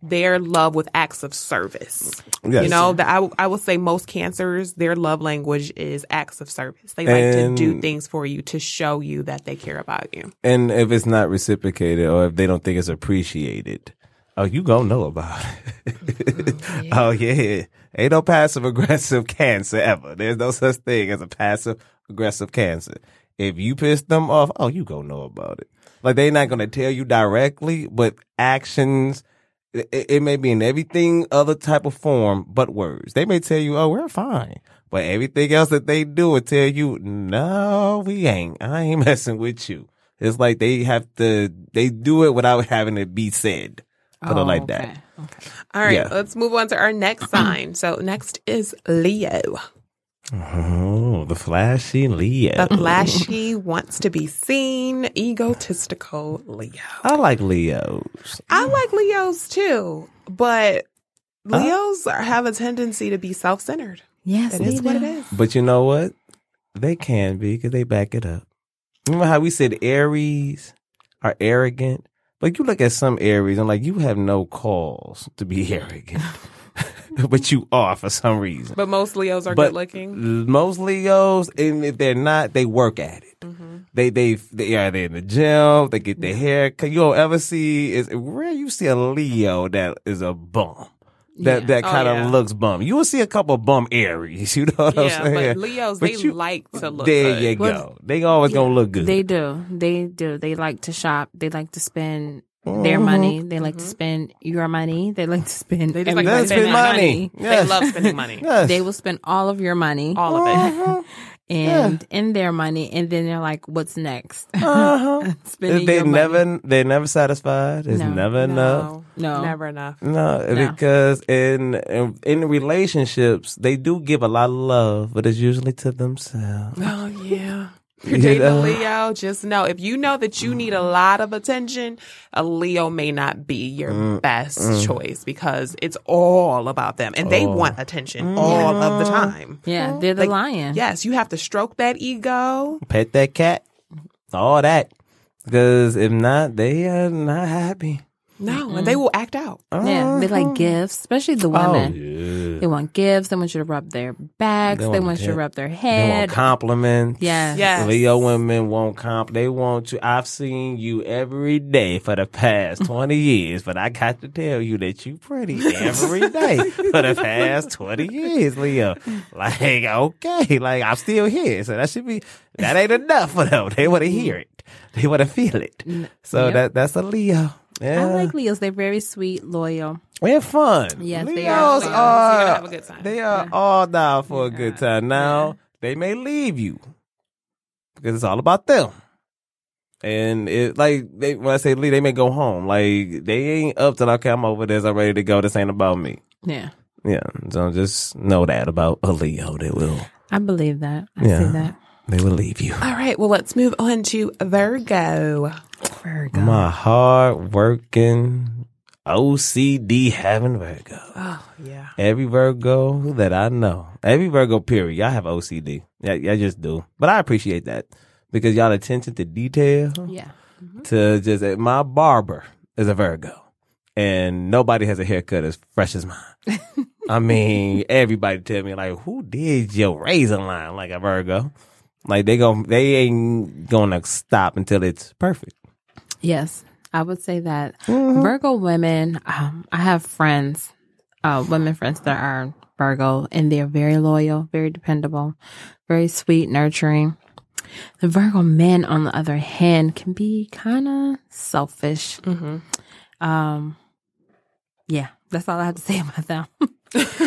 their love with acts of service. Yes. You know, that I, I will say most cancers, their love language is acts of service. They like And- to do things for you to show you that they care about you. And if it's not reciprocated or if they don't think it's appreciated, oh, you gonna know about it. oh, yeah. Ain't no passive aggressive cancer ever. There's no such thing as a passive aggressive cancer. If you piss them off, oh, you gonna know about it. Like they're not gonna tell you directly, but actions, it, it may be in everything other type of form but words. They may tell you, "Oh, we're fine," but everything else that they do will tell you, "No, we ain't. I ain't messing with you." It's like they have to they do it without having it be said. Put it Oh, like that. All right, Yeah. let's move on to our next sign. So next is Leo. Oh, the flashy Leo. The flashy wants to be seen, egotistical Leo. I like Leos. I like Leos too, but Leos are, have a tendency to be self centered. Yes, It is they what it do. is. But you know what? They can be because they back it up. Remember how we said Aries are arrogant? But you look at some Aries and like you have no cause to be arrogant. but you are for some reason. But most Leos are But good looking. Most Leos, and if they're not, they work at it. Mm-hmm. They they they are they in the gym. They get their hair. cut. you don't ever see it's rare you see a Leo that is a bum. That that Oh, kind of yeah. looks bum. You will see a couple bum Aries. You know what Yeah, I'm saying? but Leos, But they you- like to look there good. you Well, go. They always gonna look good. They do. They do. They like to shop. They like to spend Uh-huh. their money. They like to spend your money. They like to Mm-hmm. spend. They just like to everyone's spend money. Yes. They love spending money. Yes. Uh-huh, They will spend all of your money All of it. and in their money, and then they're like, "What's next?" uh-huh. Spending They your money. never they never satisfied. It's No. never enough. No. Never enough. No, because in, in in relationships they do give a lot of love, but it's usually to themselves. Oh, yeah. You You're dating know? a Leo, just know if you know that you need a lot of attention, a Leo may not be your best choice because it's all about them and they want attention all of the time. Yeah, they're Like, the lion. Yes, you have to stroke that ego. Pet that cat, all that. Because if not, they are not happy. No, and they will act out. Yeah, they like gifts, especially the women. Uh-huh. Oh, yeah. They want gifts. They want you to rub their backs. They They want, want that. you to rub their They want head. compliments. Yes. Yes. Leo women won't comp. They want you. I've seen you every day for the past 20 years, but I got to tell you that you pretty every day for the past 20 years, Leo. Like, okay. Like, I'm still here. So that should be, that ain't enough for them. They want to hear it. They want to feel it. So Yep. that that's a Leo. Yeah. I like Leos. They're very sweet, loyal. We have fun. Yes, Leos they are. Leos, you are. gotta have a good time. They are all down for a good time. Now they may leave you because it's all about them. And it like they when I say leave, they may go home. Like they ain't up till okay, I'm over this. I'm ready to go. This ain't about me. Yeah, Yeah. So just know that about a Leo. They will. I believe that. I Yeah. see that. They will leave you. All right, well, let's move on to Virgo. Virgo. My hard working OCD having Virgo. Oh, yeah. Every Virgo that I know, every Virgo period, y'all have OCD. Yeah, y'all just do. But I appreciate that because y'all attention to detail Yeah. to just eh, my barber is a Virgo, and nobody has a haircut as fresh as mine. I mean, everybody tell me like, who did your razor line like a Virgo? Like they gon' they ain't gonna stop until it's perfect. Yes, I would say that Virgo women. Um, I have friends, uh, women friends that are Virgo, and they're very loyal, very dependable, very sweet, nurturing. The Virgo men, on the other hand, can be kind of selfish. Mm-hmm. Um, yeah, that's all I have to say about them.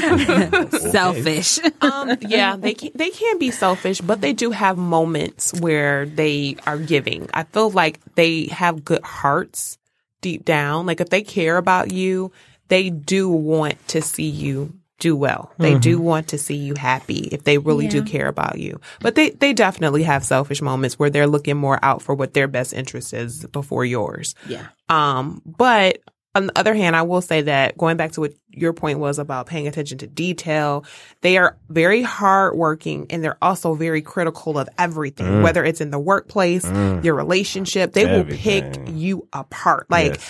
selfish. um, yeah, they can, they can be selfish, but they do have moments where they are giving. I feel like they have good hearts deep down. Like if they care about you, they do want to see you do well. They do want to see you happy if they really do care about you. But they they definitely have selfish moments where they're looking more out for what their best interest is before yours. Yeah. Um, but on the other hand, I will say that going back to what your point was about paying attention to detail, they are very hardworking and they're also very critical of everything, Mm. whether it's in the workplace, your relationship, they will pick Everything. you apart. Like,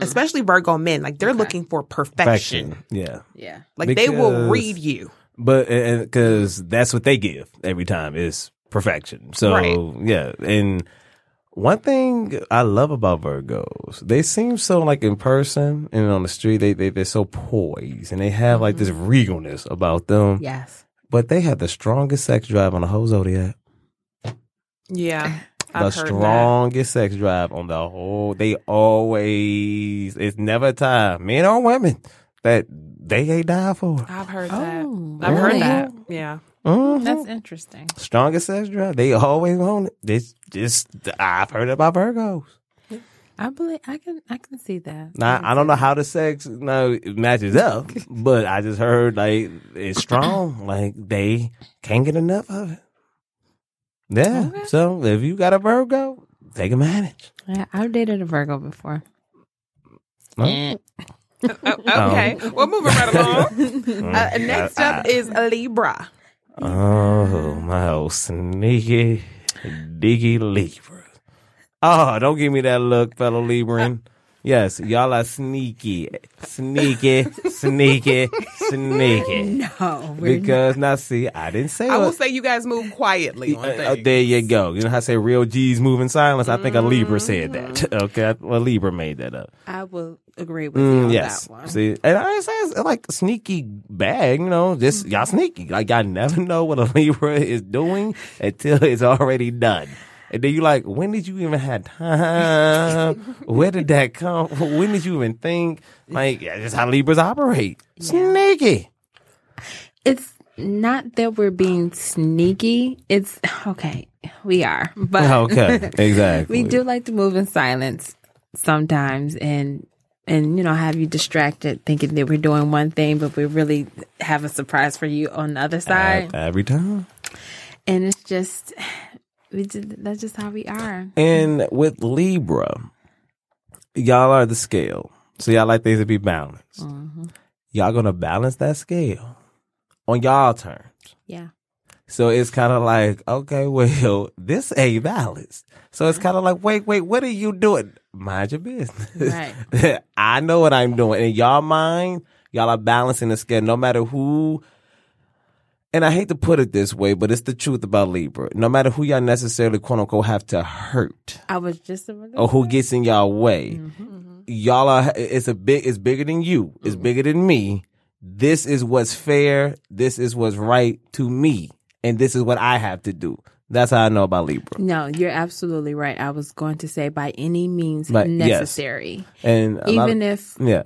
especially Virgo men, like they're looking for perfection. Perfection. Yeah. Yeah. Like they will Because- read you. But because that's what they give every time is perfection. So Right. yeah, and one thing I love about Virgos, they seem so like in person and on the street, they they they're so poised and they have like this regalness about them. Yes. But they have the strongest sex drive on the whole zodiac. Yeah. the strongest sex drive on the whole. They always. It's never a time, men or women, that they ain't die for. I've heard that. Oh, I've heard really? that. Yeah. Mhm. That's interesting. strongest sex drive. They always want it. It's just I've heard about Virgos. I believe I can. I can see that. Now I don't know how the sex you know, it matches up, but I just heard like it's strong. Like they can't get enough of it. Yeah. Okay. So if you got a Virgo, they can manage. I, I've dated a Virgo before. Huh? Eh. Okay. Well, moving right along. uh, next up is Libra. Oh my old sneaky diggy Libra. Oh, don't give me that look, fellow Libran. Yes, y'all are sneaky, sneaky, sneaky, sneaky. No, we're Because now, see, I didn't say. I will what- say you guys move quietly on Uh, uh, things. there you go. You know how I say real G's move in silence? I think a Libra said that. Mm-hmm. Okay, I- well, Libra made that up. I will agree with you Mm, on yes. that one. See, and I ain't saying it's like sneaky bag, you know, just Mm-hmm. y'all sneaky. Like y'all never know what a Libra is doing until it's already done. And then you like, when did you even have time? Where did that come? When did you even think? Like, yeah, that's how Libras operate. Sneaky. It's not that we're being sneaky. It's okay. We are, but Okay, exactly. we do like to move in silence sometimes, and and you know have you distracted thinking that we're doing one thing, but we really have a surprise for you on the other side, every time. and it's just we did, that's just how we are. And with Libra, y'all are the scale. So y'all like things to be balanced. Y'all gonna balance that scale on y'all terms. Yeah. So it's kind of like, okay, well, this ain't balanced. So it's kind of like, wait, wait, what are you doing? Mind your business. Right. I know what I'm doing. In y'all mind, y'all are balancing the scale no matter who. And I hate to put it this way, but it's the truth about Libra. No matter who y'all necessarily, quote unquote, have to hurt I was just a or who gets in y'all way. Mm-hmm. Y'all are it's a big it's bigger than you. It's bigger than me. This is what's fair. This is what's right to me. And this is what I have to do. That's how I know about Libra. No, you're absolutely right. I was going to say by any means But yes. necessary, And a lot of- even if yeah.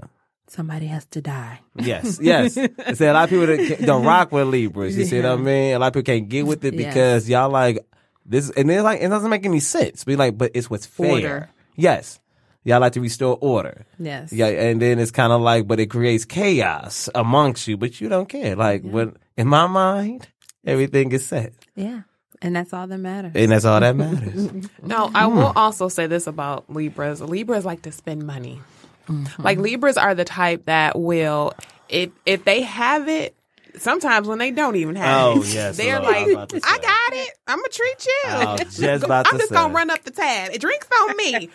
somebody has to die. Yes, yes. I say a lot of people that can't- don't rock with Libras. You see what I mean? A lot of people can't get with it Yes. because y'all like this, and it's like it doesn't make any sense. Be like, but it's what's fair. Order. Yes, y'all like to restore order. Yes. Yeah, and then it's kind of like, but it creates chaos amongst you, but you don't care. Like, when in my mind, everything is set, Yeah. And that's all that matters. and that's all that matters. No, I Mm. will also say this about Libras. Libras like to spend money. Mm-hmm. Like Libras are the type that will if if they have it, sometimes when they don't even have Oh, it, yes, they're Lord, I like, was about I, to say. got it. I'm gonna treat you. I was just about I'm to just say. gonna run up the tab. It drinks on me.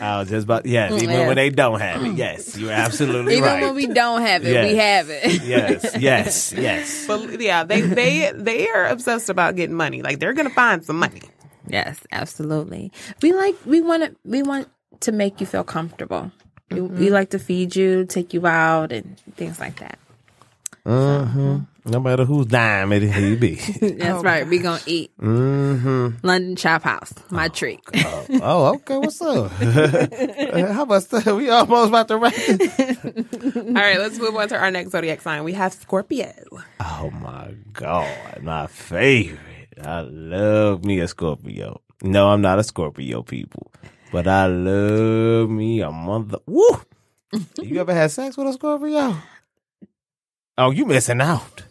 I was just about yes, even Mm. Yes. Mm. when they don't have it. Yes, you're absolutely Even right. when we don't have it, we Yes. have it. yes, yes, yes. but yeah, they they they are obsessed about getting money. Like they're gonna find some money. yes, absolutely. We like we want to we want to make you feel comfortable. We, we like to feed you, take you out, and things like that. No matter whose dime it he be. That's right. We gonna eat Mm-hmm. London Chop House, my treat. oh, okay. What's up? How about that? We almost about to wrap it. All right, let's move on to our next zodiac sign. We have Scorpio. Oh my god, my favorite. I love me a Scorpio. No, I'm not a Scorpio people, but I love me a mother. Woo! you ever had sex with a Scorpio? Oh, you missing out.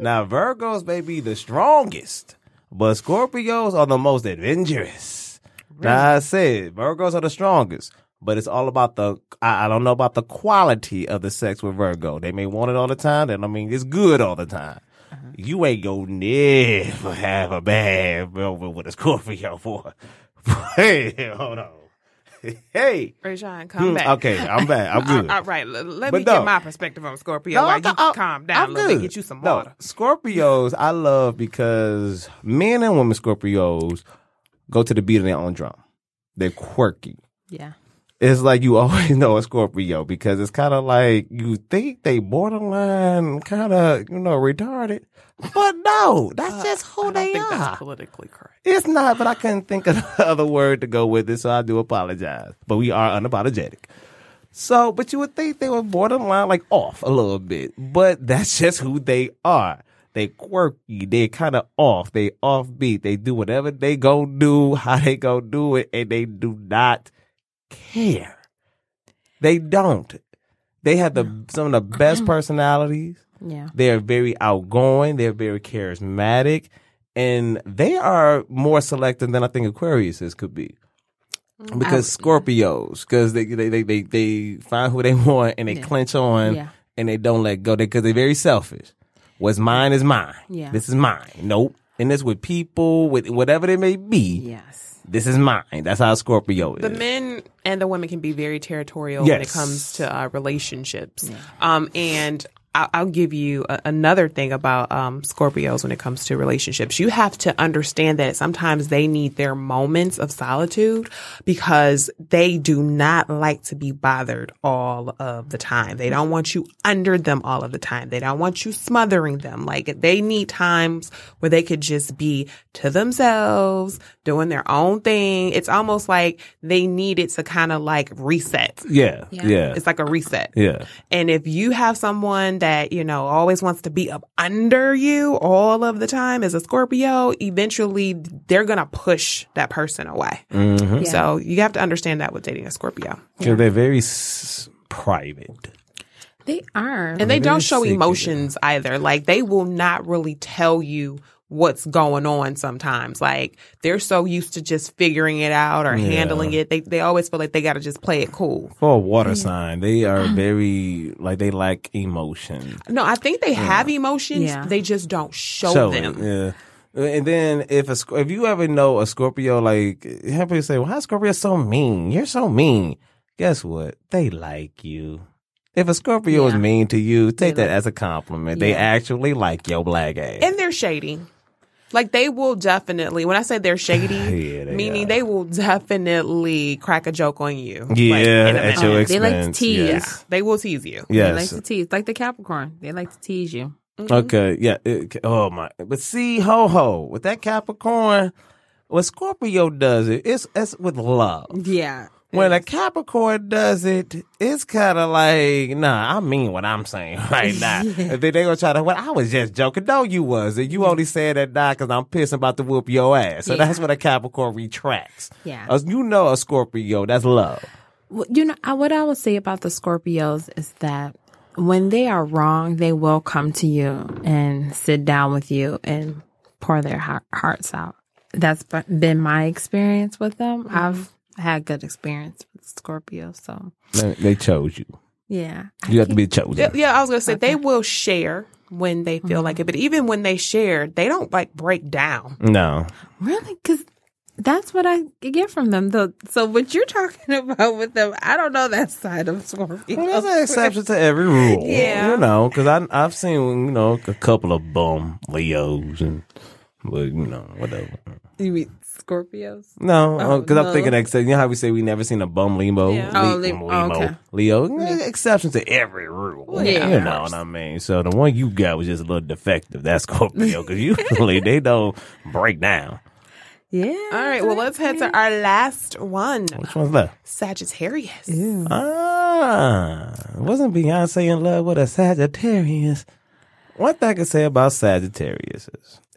Now Virgos may be the strongest, but Scorpios are the most adventurous. Now I said Virgos are the strongest, but it's all about the. I, I don't know about the quality of the sex with Virgo. They may want it all the time. That I mean, it's good all the time. Uh-huh. You ain't gonna never have a bad moment with a Scorpio, boy. hey, hold on. hey. Rayshawn, come Mm, back. Okay, I'm back. I'm good. All right, l- let But me no. get my perspective on Scorpio while you oh, I'm- calm down I'm a little bit, good. get you some No, water. Scorpios, I love because men and women Scorpios go to the beat of their own drum. They're quirky. Yeah. It's like you always know a Scorpio because it's kind of like you think they borderline kind of you know retarded, but no, that's just who Uh, I Oh, they think are. that's politically correct. It's not, but I couldn't think of the other word to go with it, so I do apologize. But we are unapologetic. So, but you would think they were borderline like off a little bit, but that's just who they are. They quirky, they kind of off, they offbeat, they do whatever they go do, how they go do it, and they do not care. They don't. They have the some of the best personalities. Yeah. They are very outgoing. They're very charismatic, and they are more selective than I think Aquariuses could be. Mm, Because Scorpios, because they, they they they they find who they want and they clench on Yeah. and they don't let go. Because they, are very selfish. What's mine is mine. Yeah. This is mine. Nope. And this with people with whatever they may be. Yes. This is mine. That's how Scorpio is. The men and the women can be very territorial when it Yes. comes to uh, relationships. Um, and I- I'll give you a- another thing about um, Scorpios when it comes to relationships. You have to understand that sometimes they need their moments of solitude because they do not like to be bothered all of the time. They don't want you under them all of the time. They don't want you smothering them. Like they need times where they could just be to themselves, doing their own thing. It's almost like they need it to kind of like reset. yeah, yeah, yeah, It's like a reset. yeah. And if you have someone that, you know, always wants to be up under you all of the time as a Scorpio, eventually they're going to push that person away. Yeah. So you have to understand that with dating a Scorpio. 'Cause they're very s- private. They are. And they don't show secretive. emotions either. Like they will not really tell you what's going on sometimes. Like they're so used to just figuring it out or handling it. They they always feel like they got to just play it cool. For a water sign, they are very like they lack emotion. No, I think they have emotions. Yeah. They just don't show, So, them. Yeah. And then if a Sc- if you ever know a Scorpio, like how people say, "Well, how Scorpio so mean? You're so mean." Guess what? They like you. If a Scorpio is Yeah. mean to you, take that as a compliment. They actually like your black ass. And they're shady. Like they will definitely when I say they're shady, Yeah, they meaning are. they will definitely crack a joke on you. Like, yeah, in a at minute. your expense. They like to tease. Yes. they will tease you. They Yes. like to tease, like the Capricorn. They like to tease you. Okay, yeah. it- oh my! But see, ho ho, with that Capricorn, what Scorpio does it, it's it's with love. Yeah. When a Capricorn does it, it's kind of like, nah, I mean what I'm saying right now. And then they gonna try to, well, I was just joking. No, you wasn't. You only said that now because I'm pissing about to whoop your ass. So Yeah. that's when a Capricorn retracts. Yeah. As you know, a Scorpio, that's love. Well, you know I, what I would say about the Scorpios is that when they are wrong, they will come to you and sit down with you and pour their heart, hearts out. That's b- been my experience with them. I've had good experience with Scorpios, so They, they chose you. yeah. You have to be chosen. Yeah, yeah, I was gonna say they will share when they feel like it, but even when they share, they don't like break down. No. Really? Because that's what I get from them. Though. So what you're talking about with them, I don't know that side of Scorpio. Well, that's an exception to every rule. Yeah. You know, because I've seen, you know, a couple of bum Leos and, but, you know, whatever. You mean Scorpios? No, because Oh, no. I'm thinking ex- you know how we say we never seen a bum limo, Oh, li- oh, okay. Leo. Eh, Exceptions to every rule. yeah, you of know what I mean. So the one you got was just a little defective. That's Scorpio because usually they don't break down. Yeah. All right, well let's head to our last one. Which one's left? Sagittarius. Ah, wasn't Beyonce in love with a Sagittarius? One thing I can say about Sagittarius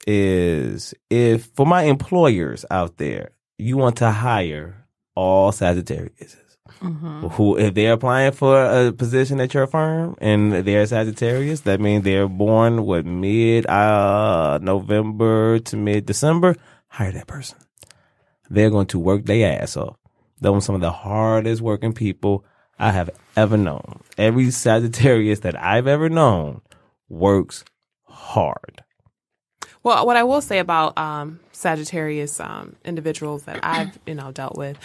is if for my employers out there, you want to hire all Sagittarius. Who, if they're applying for a position at your firm and they're Sagittarius, that means they're born what mid uh, November to mid December. Hire that person. They're going to work their ass off. They're some of the hardest working people I have ever known. Every Sagittarius that I've ever known works hard. Well, what I will say about um, Sagittarius um, individuals that I've you know dealt with,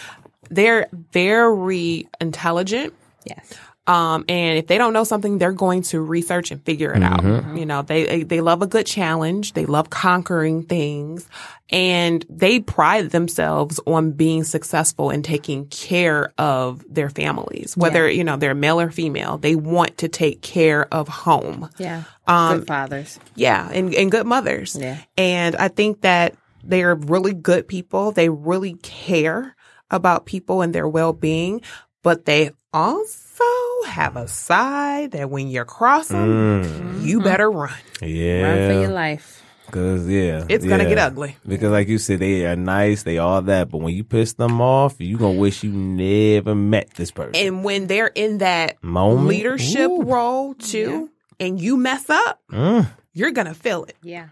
they're very intelligent. Yes. Um, and if they don't know something, they're going to research and figure it out. You know, they, they they love a good challenge. They love conquering things, and they pride themselves on being successful and taking care of their families, whether you know they're male or female. They want to take care of home. Yeah. Um, Good fathers. Yeah, and, and good mothers. Yeah. And I think that they are really good people. They really care about people and their well being, but they also have a side that when you cross them, Mm. you better run. Run for your Yeah, life. because yeah, It's gonna yeah. get ugly. Because like you said, they are nice, they all that, but when you piss them off, you gonna wish you never met this person. And when they're in that Moment. leadership Ooh. role too, and you mess up, Mm. you're gonna feel it. Yeah.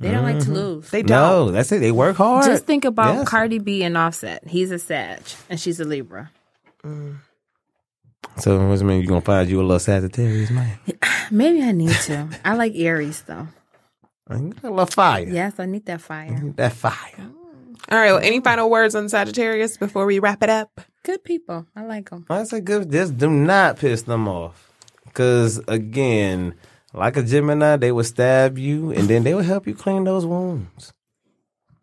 They don't like to lose. They don't. No, that's it. Mm-hmm. They work hard. Just think about Yes. Cardi B and Offset. He's a Sag and she's a Libra. so what does it mean you gonna find you a little Sagittarius man? Maybe I need to. I like Aries though. I need a little fire. Yes, I need that fire. Need That fire. All right. Well, any final words on Sagittarius before we wrap it up? Good people. I like them. That's a good. Just do not piss them off, because again, like a Gemini, they will stab you, and then they will help you clean those wounds.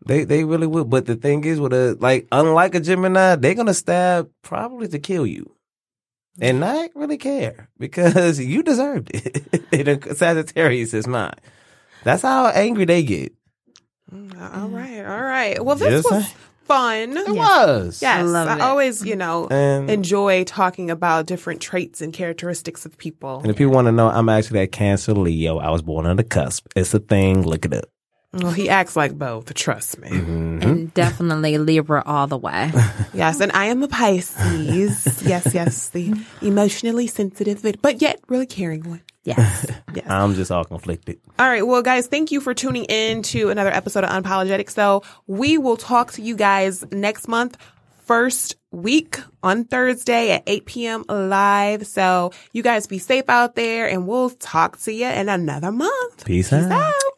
They they really will. But the thing is, with a like unlike a Gemini, they're gonna stab probably to kill you, and not really care because you deserved it. and a Sagittarius is not. That's how angry they get. Uh-uh. All right. All right. Well, this Yes, was I- fun. It was Yes, I, love it. Mm-hmm. always, you know, And- enjoy talking about different traits and characteristics of people. And if you want to know, I'm actually that Cancer Leo. I was born on the cusp. It's a thing. Look it Mm-hmm. up. Well, he acts like both, trust me. And definitely Libra all the way. Yes, and I am a Pisces. yes, yes, the emotionally sensitive, but- but yet really caring one. Yes. Yes. I'm just all conflicted. All right. Well, guys, thank you for tuning in to another episode of Unapologetic. So we will talk to you guys next month, first week on Thursday at 8 p.m. live. So you guys be safe out there and we'll talk to you in another month. Peace out. Bye.